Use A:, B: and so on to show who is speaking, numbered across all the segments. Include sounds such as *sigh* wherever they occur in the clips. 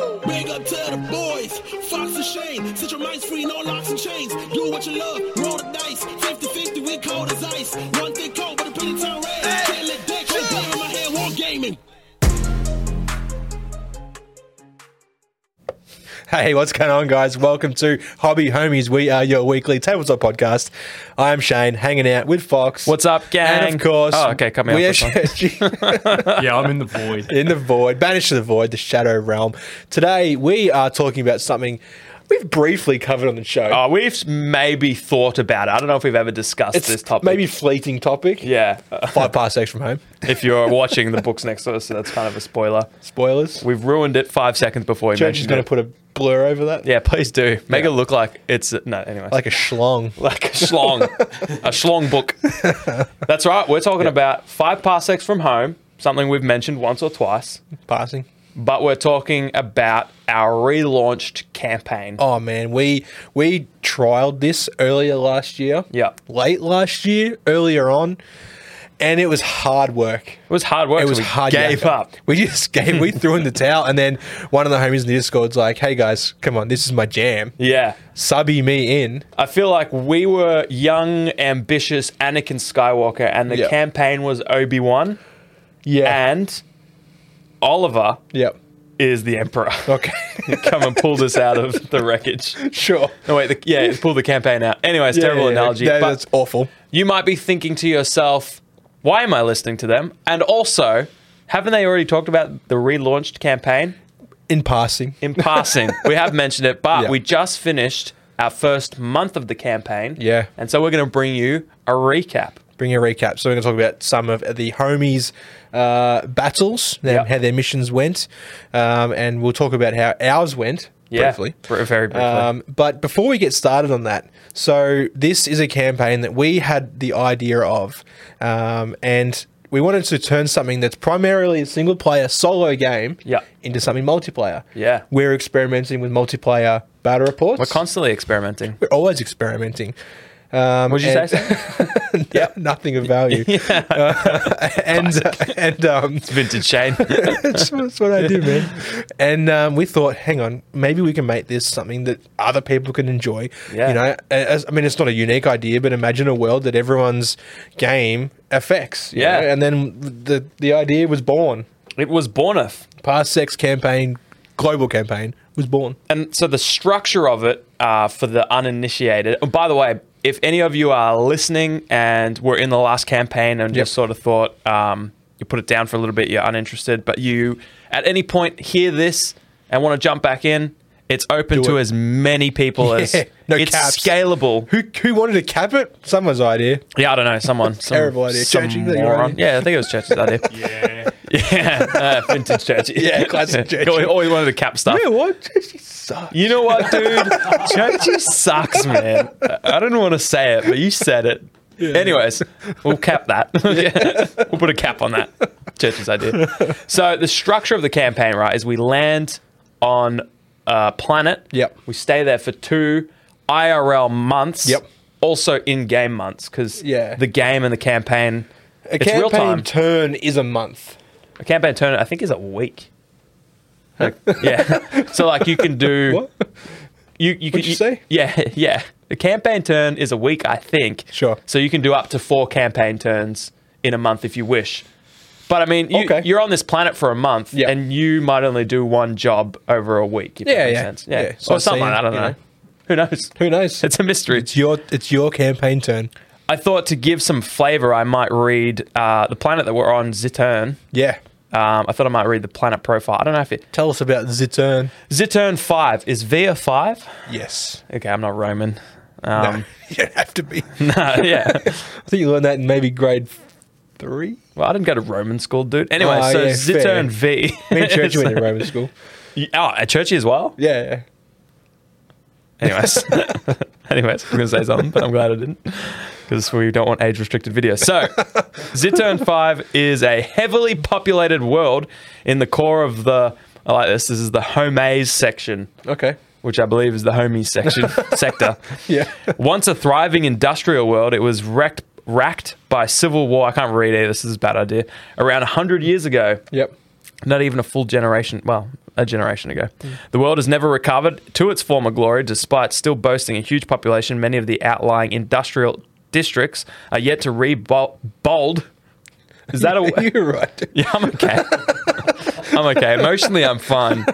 A: up to the boys. Fox and Shane, set your minds free, no locks and chains. Do what you love, roll the dice. 50 50, we cold as ice. One thing cold, but a pretty time red. Hey, let dick, hold down my head, war gaming.
B: Hey, what's going on, guys? Welcome to Hobby Homies. We are your weekly tabletop podcast. I'm Shane, hanging out with Fox.
C: What's up, gang?
B: And of course,
C: Oh, okay, cut me
B: we
C: off
B: are *laughs*
D: Yeah, I'm in the void.
B: in the void, banished to the void, the shadow realm. Today, we are talking about something we've briefly covered on the show.
C: Oh, we've maybe thought about it. I don't know if we've ever discussed
B: it's
C: this topic.
B: maybe fleeting topic.
C: Yeah.
B: *laughs*
C: *laughs*
B: Five past six from home.
C: if you're watching the books next to us, so that's kind of a spoiler.
B: Spoilers.
C: We've ruined it five seconds before we
B: Church is
C: mentioned
B: going
C: it.
B: to put a blur over that.
C: yeah, please do. Make it look like it's. No, anyway.
B: Like a schlong.
C: like a schlong, a
B: *laughs*
C: schlong book. That's right. We're talking about five parsecs from home, something we've mentioned once or twice,
B: Passing.
C: but we're talking about our relaunched campaign.
B: Oh man, we we trialed this earlier last year.
C: Yeah.
B: Late last year, earlier on. And it was hard work.
C: It was hard work.
B: It
C: so
B: was
C: we
B: hard.
C: Gave
B: yakka.
C: up.
B: We just *laughs* gave. We threw in the towel, and then one of the homies in the Discord's like, "Hey guys, come on, this is my jam.
C: Yeah.
B: Subby me in."
C: I feel like we were young, ambitious Anakin Skywalker, and the
B: Yeah.
C: campaign was Obi Wan,
B: Yeah.
C: and Oliver
B: yep.
C: is the Emperor.
B: *laughs*
C: *laughs*
B: Okay.
C: Come and pulled us out of the wreckage.
B: sure.
C: No, wait, the, yeah, pull the campaign out. Anyway, it's a terrible
B: Yeah, yeah, yeah.
C: analogy.
B: No,
C: but
B: that's awful.
C: you might be thinking to yourself, why am I listening to them? And also, haven't they already talked about the relaunched campaign?
B: In passing. *laughs*
C: In passing, we have mentioned it, but
B: Yeah.
C: we just finished our first month of the campaign.
B: Yeah.
C: And so we're going to bring you a recap.
B: Bring a recap. So we're going to talk about some of the homies' uh, battles and
C: Yep.
B: how their missions went, um, and we'll talk about how ours went
C: Yeah,
B: briefly.
C: br- very briefly.
B: Um, but before we get started on that, so this is a campaign that we had the idea of, um, and we wanted to turn something that's primarily a single player solo game
C: Yeah.
B: into something multiplayer.
C: Yeah.
B: We're experimenting with multiplayer battle reports.
C: We're constantly
B: *laughs*
C: experimenting.
B: We're always experimenting. Um,
C: Would you
B: and-
C: say *laughs* so?
B: *laughs* yeah, nothing of
C: *laughs*
B: value. Uh, *laughs* and and um, *laughs*
C: Vintage Shane.
B: that's, that's what I do, man. And um, we thought, hang on, maybe we can make this something that other people can enjoy.
C: Yeah.
B: You know, as, I mean, it's not a unique idea, but imagine a world that everyone's game affects. you
C: Yeah.
B: know? And then the the idea was born.
C: it was Bornoth.
B: Past sex campaign, global campaign was born.
C: And so the structure of it uh, for the uninitiated. Oh, by the way, if any of you are listening and were in the last campaign and just
B: Yep.
C: sort of thought um, you put it down for a little bit, you're uninterested, but you at any point hear this and want to jump back in, it's open
B: Do
C: to
B: it.
C: as many people
B: Yeah,
C: as
B: no
C: it's
B: caps.
C: scalable.
B: Who who wanted to cap it? Someone's idea.
C: Yeah, I don't know, someone
B: *laughs*
C: some,
B: Terrible idea.
C: some
B: Churchy, that your *laughs*
C: moron.
B: idea?
C: Yeah, I think it was Church's idea.
D: Yeah.
C: yeah, uh, vintage Churchy.
B: *laughs* Yeah,
C: *laughs*
B: classic Churchy.
C: He always wanted to cap stuff.
B: Yeah, *laughs* what? She sucks.
C: You know what, dude?
B: *laughs*
C: Churchy sucks, man. I didn't want to say it, but you said it. Anyways, we'll
B: *laughs*
C: cap that. *laughs* we'll put a cap on that. Church's idea. So the structure of the campaign, right, is we land on a planet.
B: Yep.
C: We stay there for two IRL months.
B: Yep.
C: Also in-game months, because
B: Yeah.
C: the game and the campaign,
B: A
C: it's
B: campaign
C: real time.
B: turn is a month.
C: A campaign turn, I think, is a week. Like,
B: *laughs*
C: yeah. So like you can do.
B: What?
C: You you
B: What'd
C: can
B: you say?
C: Yeah, *laughs* yeah. The campaign turn is a week, I think.
B: Sure.
C: So you can do up to four campaign turns in a month if you wish. But I mean, you,
B: Okay.
C: you're on this planet for a month,
B: Yeah.
C: and you might only do one job over a week. If that
B: Yeah,
C: makes
B: yeah.
C: sense. yeah,
B: Yeah.
C: or something.
B: Sightseeing,
C: I don't
B: you
C: know.
B: know.
C: Who knows? *laughs*
B: Who knows?
C: It's a mystery.
B: It's your it's your campaign turn.
C: I thought to give some flavor, I might read uh, the planet that we're on, Zittern.
B: Yeah.
C: Um, I thought I might read the planet profile. I don't know if it
B: Tell us about Zittern.
C: Zittern five is Via five.
B: Yes.
C: Okay, I'm not Roman.
B: No,
C: Um,
B: *laughs*
C: *laughs*
B: you don't have to be.
C: no, yeah.
B: I think you learned that in maybe grade *laughs* three.
C: Well, I didn't go to Roman school, dude. Anyway,
B: Oh,
C: so
B: yeah,
C: Zittern V.
B: Me and Church went to Roman school.
C: *laughs* Oh, at Churchy as well?
B: Yeah, yeah. *laughs*
C: Anyways. Anyways, I'm going to say something, but I'm glad I didn't because we don't want age restricted
B: *laughs*
C: videos. So, Zittern 5 is a heavily populated world in the core of the. I like this. This is the homies section.
B: Okay.
C: which I believe is the homies section sector.
B: Yeah.
C: Once a thriving industrial world, it was wrecked racked by civil war. I can't read either. This is a bad idea. Around 100 years ago,
B: Yep.
C: not even a full generation. Well, a generation ago. The world has never recovered to its former glory, despite still boasting a huge population. Many of the outlying industrial districts are yet to rebold. Is that
B: *laughs*
C: a
B: You're right. dude.
C: yeah, I'm okay. I'm okay. Emotionally, I'm fine.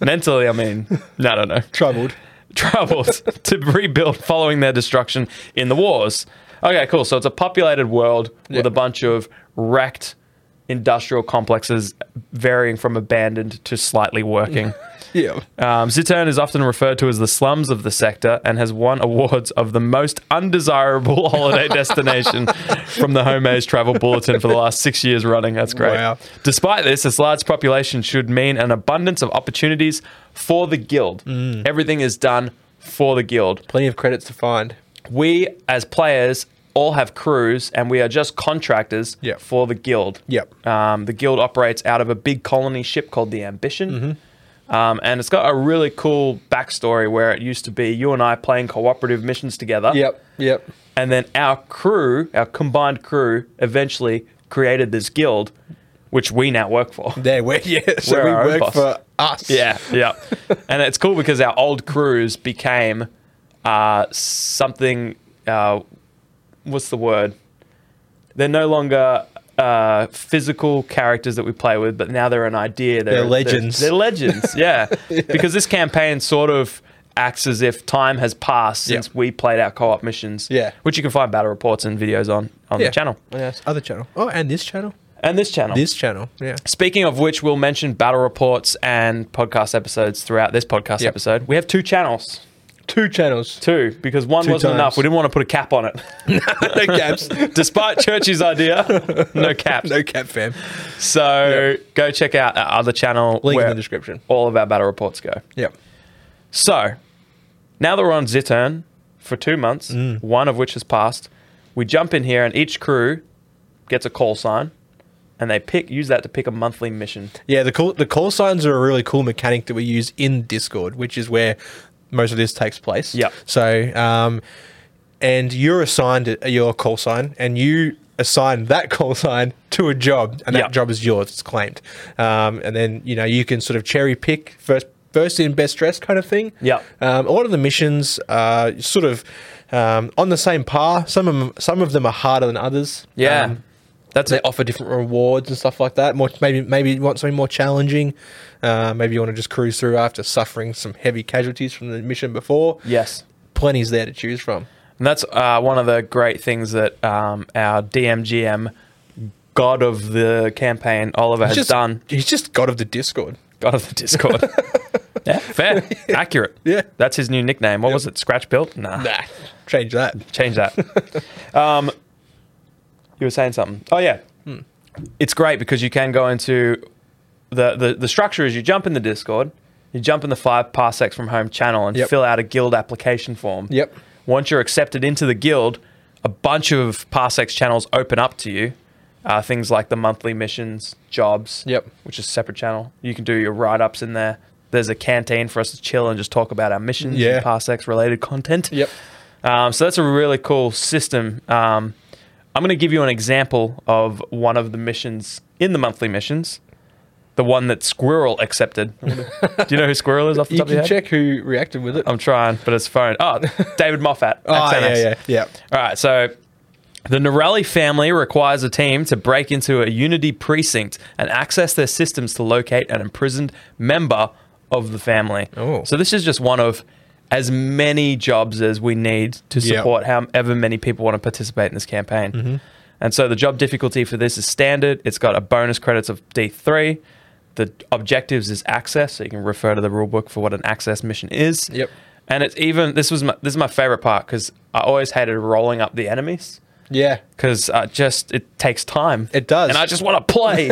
C: Mentally, I mean, I don't know.
B: Troubled.
C: Troubled *laughs* to rebuild following their destruction in the wars. Okay, cool. So it's a populated world
B: Yeah.
C: with a bunch of wrecked industrial complexes varying from abandoned to slightly working.
B: Yeah.
C: Um, Zitern is often referred to as the slums of the sector and has won awards of the most undesirable *laughs* holiday destination from the Homage Travel Bulletin for the last six years running. That's great.
B: Wow.
C: Despite this, this large population should mean an abundance of opportunities for the guild. Everything is done for the guild.
B: Plenty of credits to find.
C: We, as players, all have crews and we are just contractors
B: Yeah.
C: for the guild.
B: Yep.
C: Um, the guild operates out of a big colony ship called the Ambition.
B: Mm-hmm.
C: Um, and it's got a really cool backstory where it used to be you and I playing cooperative missions together.
B: Yep. Yep.
C: And then our crew, our combined crew, eventually created this guild, which we now work for.
B: There we *laughs* yeah. So
C: We're
B: we
C: our own
B: work
C: boss.
B: for *laughs* us.
C: Yeah, yeah. and it's cool because our old crews became uh, something. Uh, what's the word? They're no longer uh, physical characters that we play with, but now they're an idea. They're,
B: legends.
C: They're, legends, yeah. Because this campaign sort of acts as if time has passed
B: Yeah.
C: since we played our co op missions.
B: Yeah.
C: Which you can find battle reports and videos on on
B: Yeah.
C: the channel.
B: Yes. Other channel. Oh, and this channel.
C: And this channel.
B: This channel. Yeah.
C: Speaking of which, we'll mention battle reports and podcast episodes throughout this podcast
B: Yep.
C: episode. We have two channels.
B: Two channels.
C: Two, because one
B: Two
C: wasn't enough.
B: times.
C: We didn't want to put a cap on it.
B: *laughs* *laughs* no caps.
C: Despite Churchy's idea,
B: *laughs*
C: no caps.
B: No cap, fam.
C: So go check out our other channel
B: Link in
C: where
B: the description.
C: all of our battle reports go.
B: Yep.
C: So now that we're on Zittern for two months,
B: Mm.
C: one of which has passed, we jump in here and each crew gets a call sign and they pick use that to pick a monthly mission.
B: Yeah, the call, the call signs are a really cool mechanic that we use in Discord, which is where most of this takes place.
C: Yep.
B: So, um, and you're assigned a- your call sign, and you assign that *laughs* call sign to a job, and that
C: Yep.
B: job is yours. It's claimed, um, and then you know you can sort of cherry pick first. First in, best dressed kind of thing.
C: Yep.
B: Um, a lot of the missions are sort of um, on the same par. Some of them, some of them are harder than others.
C: Yeah.
B: Um,
C: that's
B: they
C: it.
B: offer different rewards and stuff like that. More maybe maybe you want something more challenging. Uh, maybe you want to just cruise through after suffering some heavy casualties from the mission before.
C: Yes.
B: plenty's there to choose from.
C: And that's uh, one of the great things that um, our DMGM god of the campaign, Oliver, has
B: He's just
C: done.
B: He's just god of the Discord.
C: God of
B: *laughs*
C: the Discord. yeah, fair. Accurate.
B: Yeah.
C: That's his new nickname. What was it? Scratch Built? Nah.
B: Nah, change that. *laughs*
C: Change that. um, you were saying something. Oh, yeah.
B: Hmm.
C: It's great because you can go into the, the, the structure is you jump in the Discord, you jump in the five parsecs from home channel and
B: Yep.
C: fill out a guild application form.
B: Yep.
C: Once you're accepted into the guild, a bunch of Parsecs channels open up to you. Uh, things like the monthly missions, jobs,
B: Yep.
C: which is a separate channel. You can do your write ups in there. There's a canteen for us to chill and just talk about our missions
B: Yeah.
C: and Parsecs related content.
B: Yep.
C: Um, so that's a really cool system. Um, I'm going to give you an example of one of the missions in the monthly missions, the one that Squirrel accepted.
B: *laughs*
C: do you know who Squirrel is off the
B: You
C: top of your
B: can
C: head? Oh,
B: check who reacted with it.
C: I'm trying, but it's phone. Oh,
B: *laughs*
C: David Moffat.
B: Ah,
C: Axanos.
B: yeah, yeah, yeah.
C: All right, so the Norelli family requires a team to break into a Unity precinct and access their systems to locate an imprisoned member of the family.
B: Oh.
C: So this is just one of as many jobs as we need to
B: Yep.
C: support however many people want to participate in this campaign. And so the job difficulty for this is standard. It's got a bonus credits of D3. The objectives is access, so you can refer to the rule book for what an access mission is.
B: Yep.
C: And it's even this was my, this is my favorite part because I always hated rolling up the enemies
B: Yeah.
C: because uh, just it takes time.
B: It does.
C: and I just want to
B: *laughs*
C: play.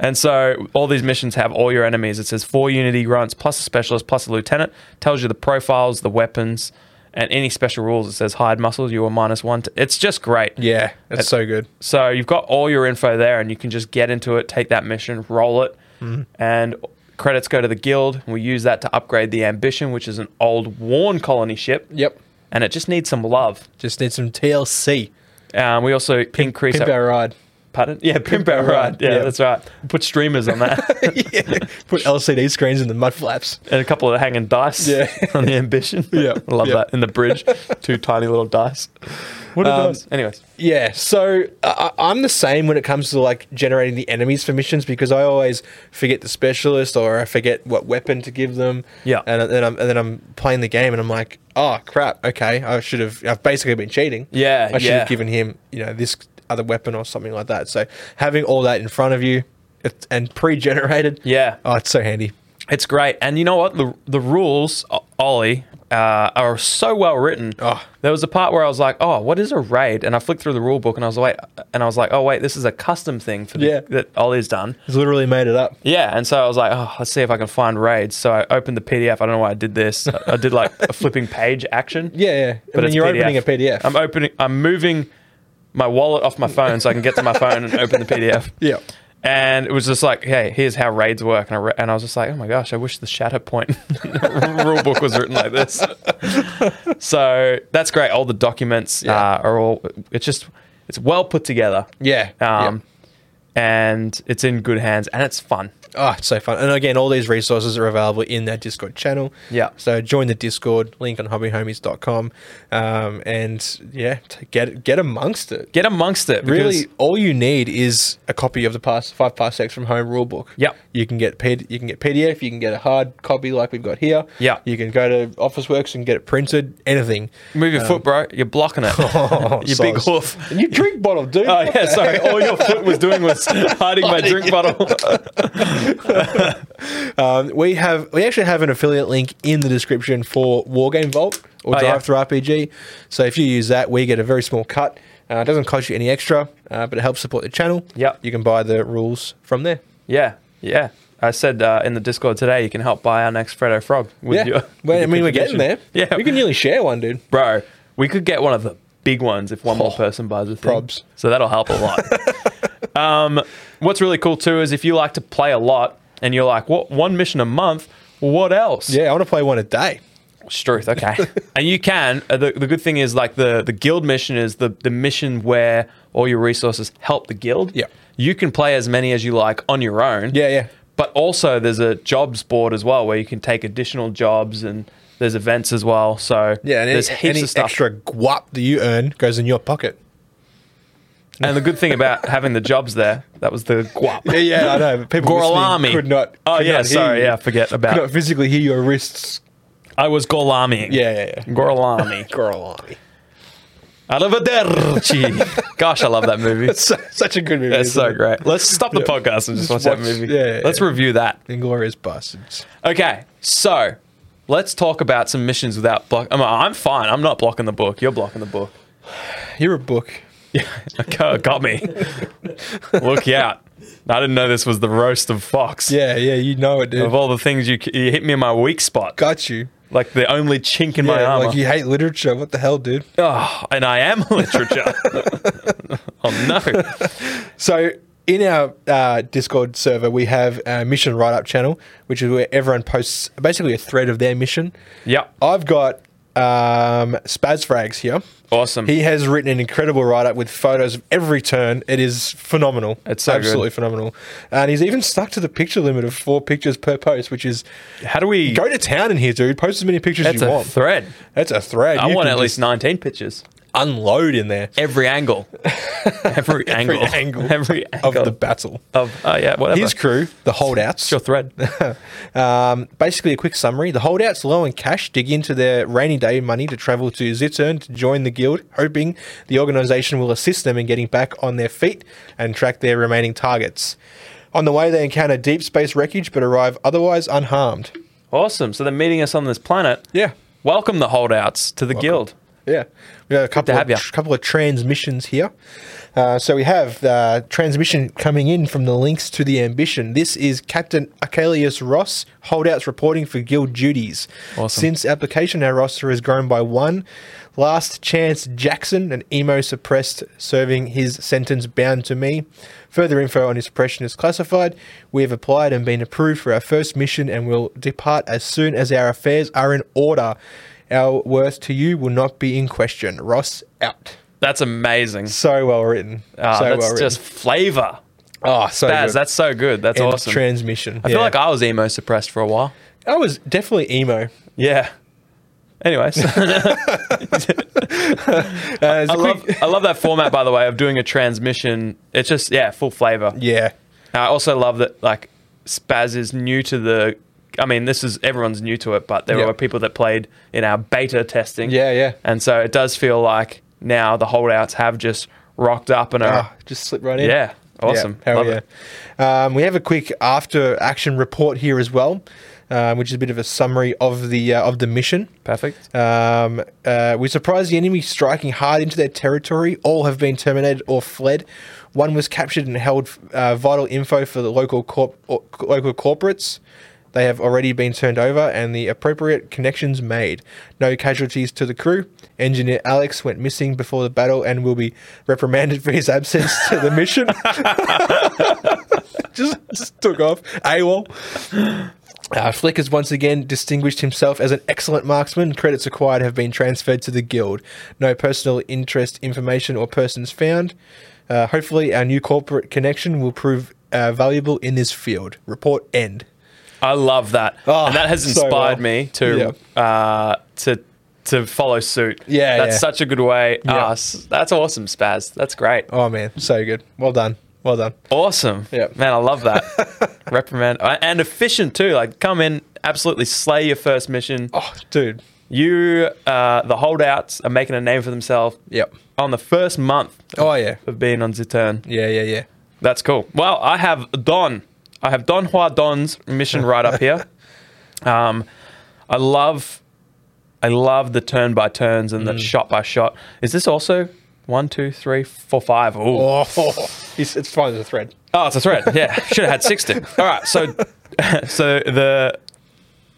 C: and so all these missions have all your enemies. It says four Unity grunts plus a specialist plus a lieutenant. Tells you the profiles, the weapons, and any special rules. It says hide muscles. You are minus one. To, it's just great.
B: Yeah. That's so good.
C: So you've got all your info there, and you can just get into it, take that mission, roll it,
B: Mm-hmm.
C: and credits go to the guild. We use that to upgrade the Ambition, which is an old, worn colony ship.
B: Yep.
C: And it just needs some love.
B: Just need some TLC.
C: Um, we also increase
B: Pimp
C: our,
B: our ride. *laughs*
C: Pardon? Yeah, print out ride. Yeah, that's right. Put streamers on *laughs* that
B: yeah. Put LCD screens in the mud flaps.
C: and a couple of hanging dice
B: Yeah.
C: *laughs* on the ambition.
B: Yeah.
C: I love
B: Yeah.
C: that. In the *laughs* bridge, two tiny little dice. What are those? Anyways,
B: Yeah, so I, I- I'm the same when it comes to like generating the enemies for missions because I always forget the specialist or I forget what weapon to give them.
C: Yeah.
B: and then I'm and then I'm playing the game and I'm like, oh crap, okay, I should have. I've basically been cheating.
C: Yeah,
B: I should
C: yeah.
B: have given him you know this other weapon or something like that. So having all that in front of you it- and pre-generated,
C: Yeah.
B: oh, it's so handy.
C: it's great. And you know what? The the rules, O- Ollie, uh, are so well written.
B: Oh.
C: There was a part where I was like, "Oh, what is a raid?" And I flicked through the rule book, and I was like, "Wait," and I was like, "Oh, wait, this is a custom thing for the,
B: Yeah.
C: that Ollie's done."
B: It's literally made it up.
C: Yeah, and so I was like, oh, let's see if I can find raids. So I opened the PDF. I don't know why I did this. I I did like a flipping page action.
B: Yeah, yeah. I mean,
C: it's
B: you're opening a PDF.
C: I'm opening. I'm moving my wallet off my phone so I can get to my phone and open the PDF.
B: *laughs* Yeah.
C: And it was just like, hey, here's how raids work. And I, re- and I was just like, oh my gosh, I wish the *laughs* Shatterpoint rule book was written like this. *laughs* so that's great. All the documents
B: Yeah.
C: uh, are all, it's just, it's well put together.
B: Yeah, yeah.
C: Um, And it's in good hands and it's fun.
B: Oh, it's so fun. And again, all these resources are available in that Discord channel.
C: Yeah.
B: So join the Discord, link on hobbyhomies.com. Um, and yeah, t- get get amongst it.
C: Get amongst it. because-
B: really, all you need is a copy of the past five parsecs from home rulebook.
C: Yep.
B: You can get P- you can get PDF, you can get a hard copy like we've got here.
C: Yeah.
B: You can go to Officeworks and get it printed, anything.
C: Move your foot, bro. You're blocking it.
B: Uh. *laughs*
C: *laughs*
B: Oh,
C: your big
B: soz. *laughs*
C: hoof.
B: And your drink bottle, dude. *laughs*
C: Oh yeah, sorry. All your foot was doing was *laughs* hiding my drink bottle.
B: Um, we have we actually have an affiliate link in the description for Wargame Vault or
C: Oh, yeah.
B: Drive Through RPG. So if you use that, we get a very small cut. Uh, it doesn't cost you any extra, uh, but it helps support the channel.
C: Yep.
B: you can buy the rules from there.
C: *laughs* Yeah, yeah. I said uh, in the Discord today, you can help buy our next Fredo Frog. With
B: yeah,
C: your, *laughs* with
B: *laughs* well, I
C: your
B: mean we're getting there.
C: contribution. Yeah,
B: we can nearly share one, dude.
C: bro. We could get one of the big ones if one more person buys a thing.
B: probs.
C: So that'll help a lot. *laughs* um, what's really cool too is if you like to play a lot and you're like, what one mission a month? What else?
B: Yeah, I want to play one a day. *laughs*
C: Struth, okay. and you can. uh, The, the good thing is, like, the, the guild mission is the, the mission where all your resources help the guild.
B: Yeah.
C: You can play as many as you like on your own.
B: Yeah, yeah.
C: But also, there's a jobs board as well where you can take additional jobs and there's events as well. So,
B: Yeah, and
C: there's
B: any,
C: heaps
B: any
C: of stuff.
B: extra guap that you earn goes in your pocket.
C: And the good
B: *laughs*
C: thing about having the jobs there, that was the guap.
B: Yeah, yeah, *laughs* I know. but People
C: Gorlami.
B: listening could not.
C: Oh,
B: could
C: yeah,
B: not hear
C: sorry,
B: you.
C: yeah, forget about-
B: Could not physically hear your wrists.
C: I was Golami.
B: Yeah, yeah, yeah.
C: Gorlami.
B: *laughs* Gorlami. *laughs*
C: Arrivederci. Gosh, I love that movie.
B: So, *laughs* such a good movie.
C: That's
B: isn't
C: so
B: it?
C: great. Let's stop the
B: Yeah.
C: podcast and just,
B: Just
C: watch, that
B: watch-
C: movie.
B: yeah, yeah,
C: Let's
B: yeah.
C: review that.
B: Inglorious Bastards.
C: Okay, so let's talk about some missions without block. I'm, I'm fine. I'm not blocking the book. You're blocking
B: *laughs*
C: the book. *laughs*
B: You're a book.
C: Okay, got me. Look out! I didn't know this was the roast of Fox.
B: Yeah, yeah, you know it, dude.
C: Of all the things you c- you hit me in my weak spot,
B: Got you.
C: like the only chink in my
B: Yeah,
C: armor.
B: like you hate literature. What the hell, dude?
C: oh, and I am
B: *laughs*
C: literature. *laughs* oh no!
B: So in our uh, Discord server, we have a mission write up channel, which is where everyone posts basically a thread of their mission.
C: Yep.
B: I've got um, Spaz Frags here.
C: Awesome.
B: He has written an incredible write up with photos of every turn. It is phenomenal.
C: It's so good.
B: absolutely phenomenal. And he's even stuck to the picture limit of four pictures per post, which is
C: How do we?
B: go to town in here, dude. Post as many pictures
C: that's
B: as you
C: a
B: want.
C: thread.
B: That's a thread.
C: I
B: You
C: want
B: can just
C: at least 19 pictures.
B: unload in there *laughs*
C: Every angle. Every angle.
B: angle
C: Every
B: of
C: angle.
B: the battle.
C: of oh yeah, whatever.
B: His crew, the holdouts.
C: It's your thread.
B: um, basically, a quick summary: the holdouts low on cash dig into their rainy day money to travel to Zittern to join the guild, hoping the organisation will assist them in getting back on their feet and track their remaining targets. On the way, they encounter deep space wreckage, but arrive otherwise unharmed.
C: *laughs* awesome. So they're meeting us on this planet.
B: Yeah.
C: Welcome the holdouts to the guild.
B: Yeah, we got a couple
C: have
B: of,
C: ya.
B: couple of transmissions here. Uh, so we have the transmission coming in from the links to the ambition. This is Captain Achelius Ross, holdouts reporting for guild duties.
C: Awesome.
B: Since application, our roster has grown by one. Last chance Jackson, an emo suppressed, serving his sentence bound to me. Further info on his suppression is classified. We have applied and been approved for our first mission and will depart as soon as our affairs are in order. Our worth to you will not be in question. Ross out.
C: That's amazing.
B: So well written.
C: Ah,
B: so
C: that's
B: well written.
C: just flavor.
B: oh, so
C: Baz,
B: good.
C: that's so good. That's
B: And
C: awesome.
B: transmission.
C: I feel like I was emo suppressed for a while.
B: I was definitely emo.
C: Yeah.
B: *laughs*
C: Anyways, *laughs* I,
B: Uh, it's a
C: love,
B: quick- *laughs*
C: *laughs* I love that format, by the way, of doing a transmission. It's just, yeah, full flavor.
B: yeah.
C: I also love that, like, Spaz is new to the. I mean, this is everyone's new to it, but there
B: Yeah.
C: were people that played in our beta testing.
B: Yeah, yeah.
C: And so it does feel like now the holdouts have just rocked up and are.
B: Ah, just slip right in.
C: yeah. Awesome.
B: Yeah, hell
C: love
B: yeah.
C: it.
B: Um, we have a quick after action report here as well, um, which is a bit of a summary of the uh, of the mission.
C: Perfect.
B: Um, uh, we surprised the enemy striking hard into their territory. All have been terminated or fled. One was captured and held uh, vital info for the local corp- or, local corporates. They have already been turned over and the appropriate connections made. No casualties to the crew. Engineer Alex went missing before the battle and will be reprimanded for his absence to the mission. *laughs* just, just took off. AWOL. Uh, Flick has once again distinguished himself as an excellent marksman. Credits acquired have been transferred to the guild. No personal interest information or persons found. Uh, hopefully, our new corporate connection will prove uh, valuable in this field. Report end.
C: I love that,
B: Oh,
C: and that has
B: so
C: inspired
B: well.
C: me to uh, to to follow suit.
B: Yeah,
C: that's
B: yeah.
C: such a good way.
B: Yeah.
C: Ah, s- that's awesome, Spaz. That's great.
B: Oh man, so good. Well done. Well done.
C: Awesome.
B: Yeah.
C: man, I
B: *laughs*
C: love that. Reprimand uh, and efficient too. Like, come in, absolutely slay your first mission.
B: Oh, dude.
C: You, uh, the holdouts, are making a name for themselves.
B: Yep.
C: On the first month
B: Oh yeah.
C: of being on Ziturn.
B: Yeah, yeah, yeah.
C: That's cool. Well, I have Don. I have Don Hua Don's mission right up here. Um, I love, I love the turn by turns and the shot by shot. Is this also one, two, three, four, five? Ooh. Oh,
B: Oh, *laughs* it's, it's fine as a thread.
C: it's a thread. Yeah, should have had sixty. All right, so, *laughs* so the,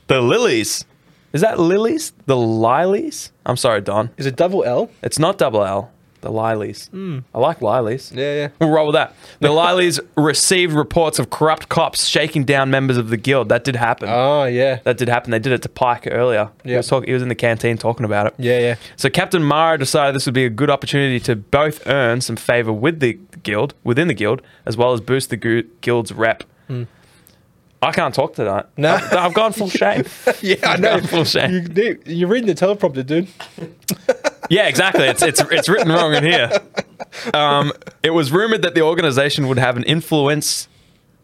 C: the lilies. Is that lilies? The lilies? I'm sorry, Don.
B: Is it double L?
C: It's not double L. The lilies. I like lilies.
B: Yeah, yeah.
C: We'll roll with that.
B: *laughs*
C: The Lilies received reports of corrupt cops shaking down members of the guild. That did happen.
B: Oh yeah.
C: that did happen. They did it to Pike earlier. He,
B: Yeah.
C: was talk- he was in the canteen talking about it.
B: Yeah, yeah.
C: So Captain Mara decided this would be a good opportunity to both earn some favor with the guild, within the guild, as well as boost the gu- guild's rep. I can't talk tonight.
B: Hmm. No.
C: I've, I've gone full shame.
B: *laughs* Yeah, I
C: I've
B: know.
C: gone full shame.
B: You, dude, you're reading the teleprompter, dude.
C: Yeah, exactly. It's it's it's written wrong in here. Um, it was rumored that the organization would have an influence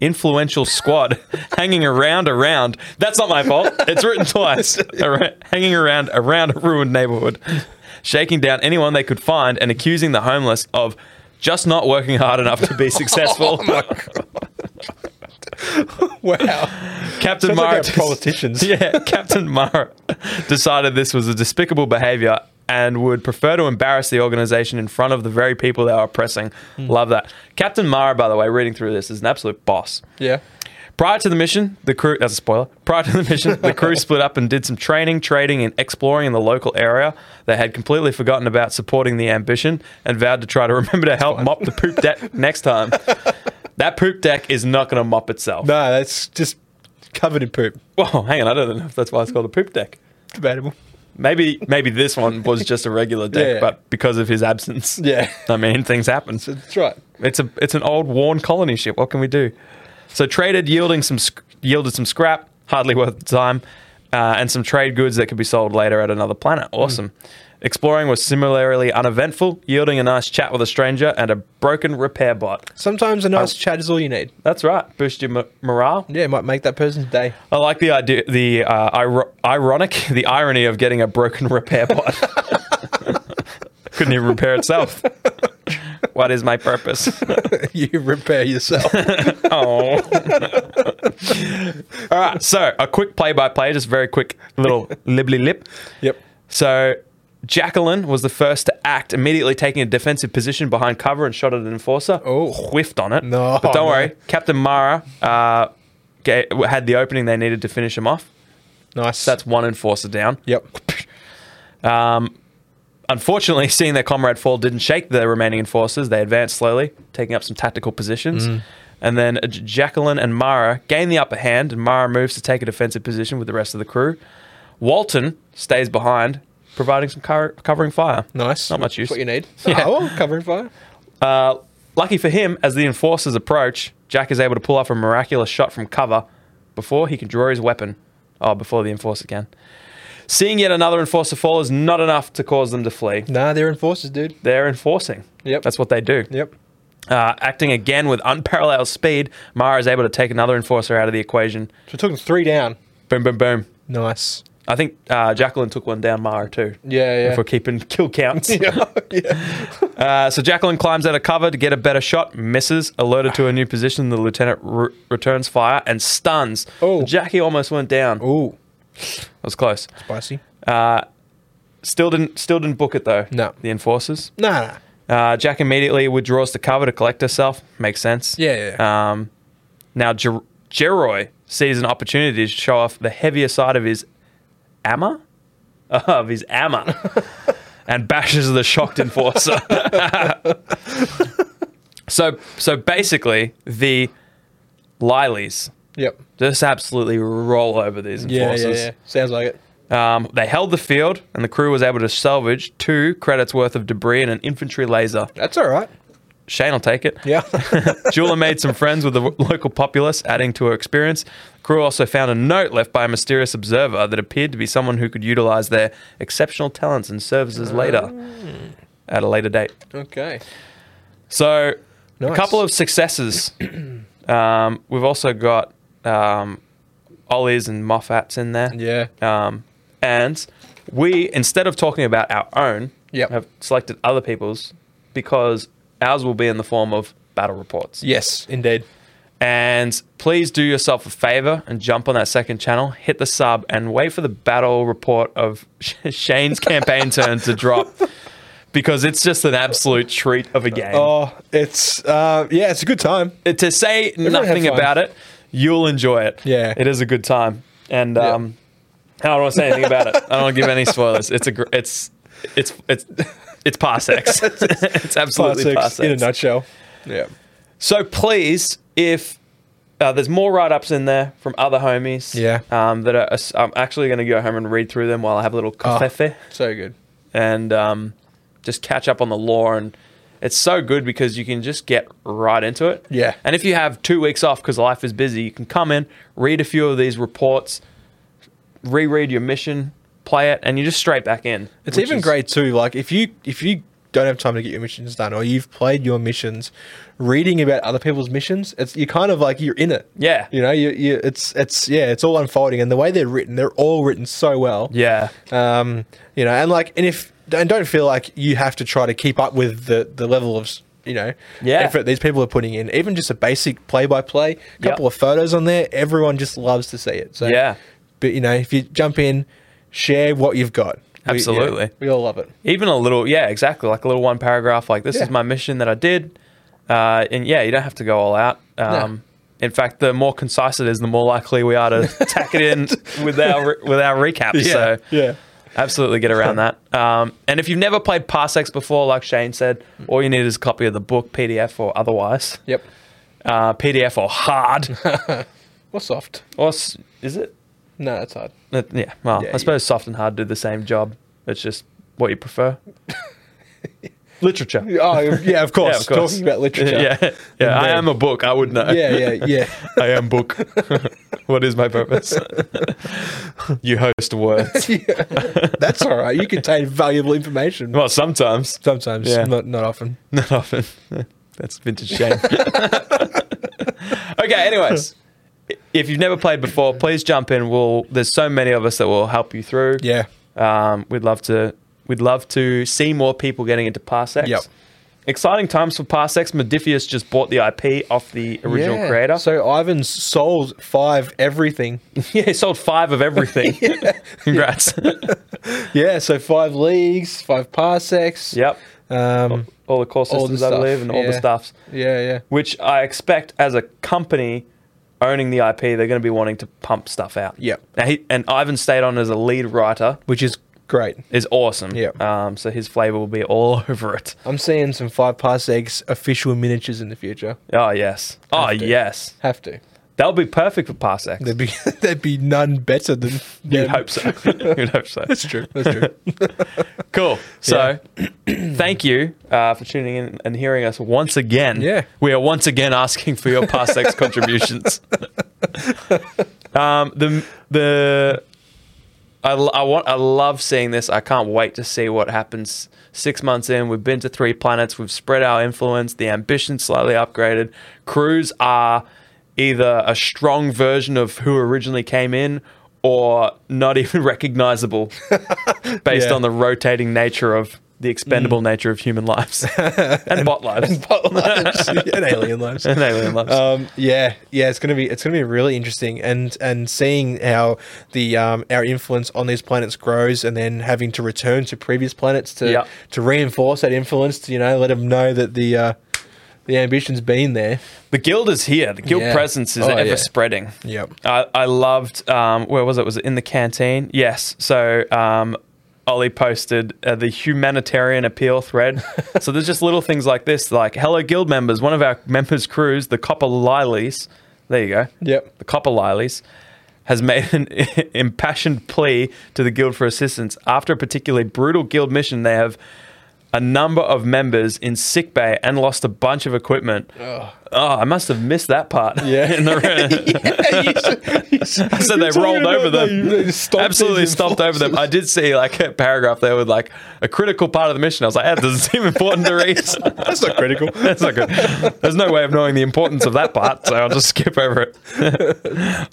C: influential squad *laughs* hanging around around. That's not my fault. It's
B: *laughs*
C: written twice. Ar- hanging around around a ruined neighborhood, shaking down anyone they could find and accusing the homeless of just not working hard enough to
B: *laughs*
C: be
B: Oh
C: successful.
B: *laughs* Wow.
C: Captain
B: Sounds like
C: Mara
B: our *laughs* politicians.
C: *laughs* Yeah, Captain Mara *laughs* decided this was a despicable behavior and would prefer to embarrass the organization in front of the very people they are oppressing. Love that. Captain Mara, by the way, reading through this is an absolute boss.
B: Yeah.
C: Prior to the mission, the crew, that's a spoiler. Prior to the mission, the crew split up and did some training, trading, and exploring in the local area. They had completely forgotten about supporting the ambition and vowed to try to *laughs* remember to help mop the poop deck next time. That poop deck is not going to mop itself.
B: No, that's just covered in poop.
C: Well, hang on, I don't know if that's why it's called a poop deck.
B: Debatable.
C: Maybe maybe this one was just a regular deck,
B: Yeah.
C: but because of his absence,
B: Yeah.
C: I mean things happen.
B: That's right.
C: It's a it's an old worn colony ship. What can we do? So traded, yielding some sc- yielded some scrap, hardly worth the time, uh, and some trade goods that could be sold later at another planet.
B: Hmm.
C: Awesome. Exploring was similarly uneventful, yielding a nice chat with a stranger and a broken repair bot.
B: Sometimes a nice chat is all you need.
C: That's right, boost your m- morale.
B: Yeah, it might make that person's day. *laughs*
C: I like the idea, the uh, ir- ironic, the irony of getting a broken repair bot. *laughs* Couldn't even repair itself. what is my purpose? *laughs*
B: you repair yourself.
C: Oh. *laughs* All right. So, a quick play by play, just very quick little libbly lip.
B: *laughs* yep.
C: So, Jacqueline was the first to act, immediately taking a defensive position behind cover and shot at an enforcer.
B: Oh.
C: whiffed on it.
B: No, Oh,
C: But
B: no.
C: don't worry, Captain Mara uh, ga- had the opening they needed to finish him off.
B: Nice.
C: That's one enforcer down.
B: yep.
C: Um, unfortunately, seeing their comrade fall didn't shake the remaining enforcers. They advanced slowly, taking up some tactical positions.
B: Mm.
C: And then J- Jacqueline and Mara gain the upper hand, and Mara moves to take a defensive position with the rest of the crew. Walton stays behind, providing some co- covering fire.
B: Nice.
C: Not much use.
B: That's what you *laughs* need.
C: Yeah.
B: Oh, well, covering fire.
C: Uh, lucky for him, as the enforcers approach, Jack is able to pull off a miraculous shot from cover before he can draw his weapon. Oh, before the enforcer can. Seeing yet another enforcer fall is not enough to cause them to flee.
B: Nah, they're enforcers, dude.
C: They're enforcing.
B: Yep.
C: That's what they do.
B: Yep.
C: Uh, acting again with unparalleled speed, Mara is able to take another enforcer out of the equation.
B: So we took them three down.
C: Boom, boom, boom.
B: Nice.
C: I think uh, Jacqueline took one down Mara too.
B: Yeah, yeah.
C: If we're keeping *laughs* kill counts.
B: *laughs* *laughs* yeah.
C: Uh, so Jacqueline climbs out of cover to get a better shot, misses, alerted to a new position. The lieutenant re- returns fire and stuns.
B: Oh.
C: Jackie almost went down. That
B: Ooh,
C: was close.
B: spicy.
C: Still didn't, still didn't book it though.
B: No.
C: The enforcers.
B: Nah, nah.
C: Uh, Jack immediately withdraws to cover to collect herself. Makes sense.
B: Yeah, yeah, yeah.
C: Um, now Jer- Jeroy sees an opportunity to show off the heavier side of his ammer, *laughs* of his
B: *laughs*
C: ammer, and bashes the shocked enforcer. *laughs* so, so basically, the Lilies
B: Yep.
C: just absolutely roll over these
B: Yeah,
C: enforcers.
B: yeah, yeah. Sounds like it.
C: Um, they held the field, and the crew was able to salvage two credits worth of debris and an infantry laser.
B: That's all right.
C: Shane will take it.
B: *laughs* Yeah.
C: *laughs* Jula made some friends with the w- local populace, adding to her experience. Crew also found a note left by a mysterious observer that appeared to be someone who could utilize their exceptional talents and services later
B: Ah.
C: at a later date.
B: okay.
C: So, a
B: Nice.
C: couple
B: *clears throat*
C: of successes. um, we've also got um, Ollie's and Moffat's in there.
B: Yeah.
C: Um, and we, instead of talking about our own,
B: Yep.
C: have selected other people's because ours will be in the form of battle reports.
B: Yes, indeed.
C: And please do yourself a favor and jump on that second channel, hit the sub, and wait for the battle report of *laughs* Shane's campaign turn to
B: *laughs*
C: drop because it's just an absolute treat of a game.
B: Oh, it's uh, yeah, it's a good time.
C: To say
B: had
C: nothing
B: fun.
C: about it, you'll enjoy it.
B: Yeah.
C: It is a good time. And um, I don't want to say anything about it. I don't want to give any spoilers. It's a gr- it's it's it's
B: *laughs*
C: it's parsecs. it's absolutely
B: Classics
C: parsecs.
B: in a nutshell. Yeah.
C: So please, if uh, there's more write ups in there from other homies,
B: Yeah.
C: um, that are I'm actually going to go home and read through them while I have a little
B: Oh.
C: coffee
B: So good.
C: and um, just catch up on the lore. And it's so good because you can just get right into it.
B: Yeah.
C: And if you have two weeks off because life is busy, you can come in, read a few of these reports, reread your mission, play it, and you're just straight back in.
B: It's
C: which
B: even
C: is-
B: great too. Like if you if you don't have time to get your missions done, or you've played your missions, reading about other people's missions, it's you're kind of like you're in it.
C: Yeah.
B: You know, you, you it's it's yeah, it's all unfolding, and the way they're written, they're all written so well.
C: Yeah.
B: Um, you know, and like, and if and don't feel like you have to try to keep up with the the level of you know
C: Yeah.
B: effort these people are putting in. Even just a basic play by play, couple of photos on there, everyone just loves to see it. So
C: Yeah.
B: but you know, if you jump in, share what you've got. We- you know,
C: Absolutely.
B: we all love it.
C: even a little yeah exactly like a little one paragraph like this
B: Yeah.
C: is my mission that i did uh, and yeah you don't have to go all out um, in fact the more concise it is the more likely we are to tack
B: *laughs*
C: it in with our re- with our recap so
B: yeah.
C: absolutely get around that um, and if you've never played parsecs before like shane said all you need is a copy of the book pdf or otherwise
B: Yep.
C: uh, pdf or hard
B: *laughs* Or soft.
C: or s- is it
B: No, that's hard.
C: Uh, yeah well
B: Yeah,
C: i suppose soft and hard do the same job it's just what you prefer
B: *laughs*
C: literature *laughs*
B: Oh, yeah, of course.
C: Yeah, of course.
B: Talking about literature.
C: *laughs* yeah, yeah. I am a book. I would know.
B: *laughs* Yeah, yeah, yeah.
C: *laughs*
B: *laughs*
C: I am book. *laughs* what is my purpose? *laughs* you
B: *laughs*
C: host words.
B: Yeah. That's all right. You contain valuable information.
C: Well, sometimes,
B: Sometimes,
C: Yeah.
B: not not often.
C: not often. *laughs* That's vintage shame. *laughs* okay. Anyways, *laughs* if you've never played before, please jump in. We'll. There's so many of us that will help you through.
B: Yeah.
C: Um, we'd love to. We'd love to see more people getting into Parsecs.
B: Yep.
C: Exciting times for Parsecs. Modifius just bought the IP off the original
B: Yeah.
C: creator.
B: So Ivan's sold five everything.
C: *laughs* Yeah, he sold five of everything.
B: *laughs*
C: Congrats. *laughs*
B: yeah, so five leagues, five parsecs.
C: yep.
B: Um,
C: All the core
B: all the
C: systems, I believe, and all the
B: yeah.
C: stuffs.
B: Yeah, yeah.
C: Which I expect as a company owning the IP, they're going to be wanting to pump stuff out.
B: Yep.
C: Now he, and Ivan stayed on as a lead writer, which
B: Which is great.
C: is awesome.
B: Yep.
C: Um, so his flavor will be all *laughs* over it.
B: I'm seeing some five parsecs official miniatures in the future.
C: Oh, yes. Oh,
B: Have to.
C: yes.
B: Have to.
C: That would be perfect for parsecs.
B: There'd be *laughs* there'd be none better than
C: *laughs* You'd
B: them. *laughs*
C: hope so. You'd hope so.
B: That's true. That's true.
C: *laughs*
B: *laughs*
C: Cool. So, *clears throat* thank you uh, for tuning in and hearing us once again.
B: Yeah.
C: We are once again asking for your past
B: *laughs*
C: sex contributions. um, the the I, l- I want I love seeing this. I can't wait to see what happens six months in. We've been to three planets. We've spread our influence. The ambition slightly upgraded. Crews are either a strong version of who originally came in, or not *laughs*
B: *laughs*
C: even recognizable based
B: Yeah. Mm.
C: on the rotating nature of the expendable nature of
B: *laughs*
C: human lives and, bot lives *laughs* and,
B: Bot lives and alien lives.
C: alien lives.
B: Um, yeah, yeah, it's gonna be it's gonna be really interesting, and and seeing how the um, our influence on these planets grows, and then having to return to previous planets to
C: Yeah.
B: to reinforce that influence, to, you know, let them know that the uh, the ambition's been there.
C: the guild is here. The guild
B: Yeah.
C: presence is
B: Oh,
C: ever
B: yeah.
C: spreading.
B: Yep.
C: I, I loved. Um, where was it? Was it in the canteen? Yes. So um, Ollie posted uh, the humanitarian
B: *laughs*
C: appeal thread. so there's just little things like this, like hello guild members. One of our members' crews, the Copper Lilies. There you go.
B: Yep.
C: *laughs* The Copper Lilies. Has made an *laughs* impassioned plea to the guild for assistance. After a particularly brutal guild mission, they have a number of members in sickbay and lost a bunch of equipment. Oh, I must have missed that part.
B: Yeah.
C: *laughs*
B: *laughs*
C: in the, I said they
B: You're talking
C: rolled
B: about
C: over
B: that you-
C: them.
B: they stomped
C: Absolutely
B: these
C: stomped over them. I
B: enforcers.
C: did see like a paragraph there with like a critical part of the mission. I was like, that doesn't seem important to
B: *laughs*
C: read. *laughs*
B: That's not critical. *laughs*
C: That's not good. There's no way of knowing the importance of that part, so I'll just skip over it.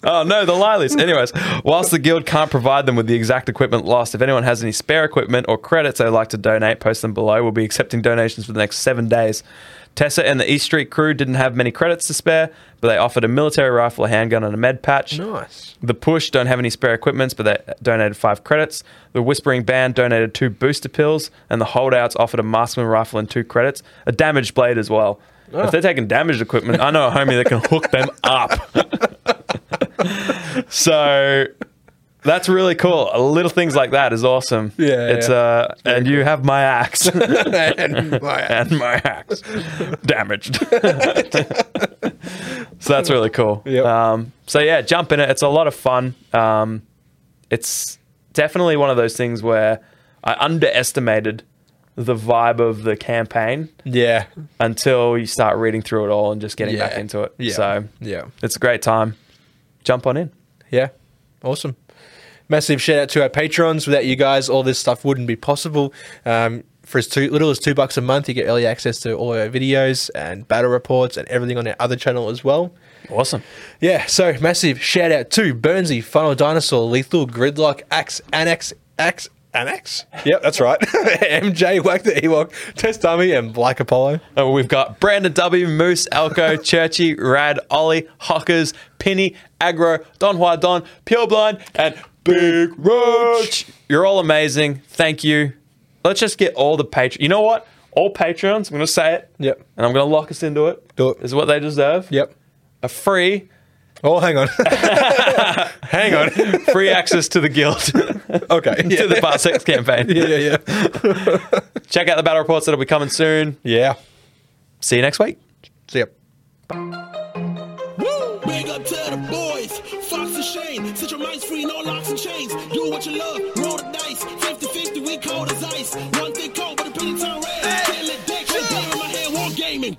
C: oh no, the Lilies. Anyways, whilst the guild can't provide them with the exact equipment lost, if anyone has any spare equipment or credits they'd like to donate, post them below. We'll be accepting donations for the next seven days. Tessa and the East Street crew didn't have many credits to spare, but they offered a military rifle, a handgun, and a med patch.
B: nice.
C: The Push don't have any spare equipments, but they donated five credits. The Whispering Band donated two booster pills, and the Holdouts offered a Marksman rifle and two credits, a damaged blade as well. If they're taking damaged equipment, I know a homie that can hook them up. so that's really cool. Little things like that is awesome.
B: Yeah,
C: it's
B: yeah.
C: uh, and you have
B: *laughs*
C: my axe
B: And uh, my-
C: and my axe
B: *laughs*
C: damaged. so that's really cool.
B: Yep.
C: Um, so yeah, jump in it. It's a lot of fun. Um, it's definitely one of those things where I underestimated the vibe of the campaign
B: yeah.
C: until you start reading through it all and just getting
B: Yeah.
C: back into it.
B: Yeah.
C: So
B: Yeah.
C: it's a great time. Jump on in.
B: Yeah. Awesome. Massive shout out to our patrons. Without you guys, all this stuff wouldn't be possible. Um, for as two, little as two bucks a month, you get early access to all our videos and battle reports and everything on our other channel as well.
C: Awesome.
B: Yeah, so massive shout out to Burnsy, Final Dinosaur, Lethal, Gridlock, Axe, Annex, Axe, Annex? Yep, that's right. *laughs* MJ, Whack the Ewok, Test Dummy, and Black Apollo.
C: Uh, we've got Brandon W, Moose,
B: *laughs*
C: Elko, Churchy, Rad, Ollie, Hockers, Penny, Agro, Don Juan Don, Pure Blind, and Big Roach. You're all amazing. Thank you. Let's just get all the patrons. You know what? All patrons, I'm going to say it.
B: Yep.
C: And I'm going to lock us into it.
B: Do it.
C: This is what they deserve.
B: Yep.
C: A free,
B: Oh, hang on. *laughs* hang on. *laughs*
C: free access to the guild, *laughs* to
B: okay. Yeah.
C: the Part 6 campaign.
B: yeah, yeah, yeah.
C: Check out the battle reports that'll be coming soon.
B: Yeah.
C: See you next week.
B: So, yep.
A: Woo! Big up to the boys, Fox and Shane. Set your minds free, no locks and chains. Do what you love, roll the dice. 50 50, we cold as ice. One thing cold, but a penny turn red. Hey. Deck, hey. my hand, war gaming.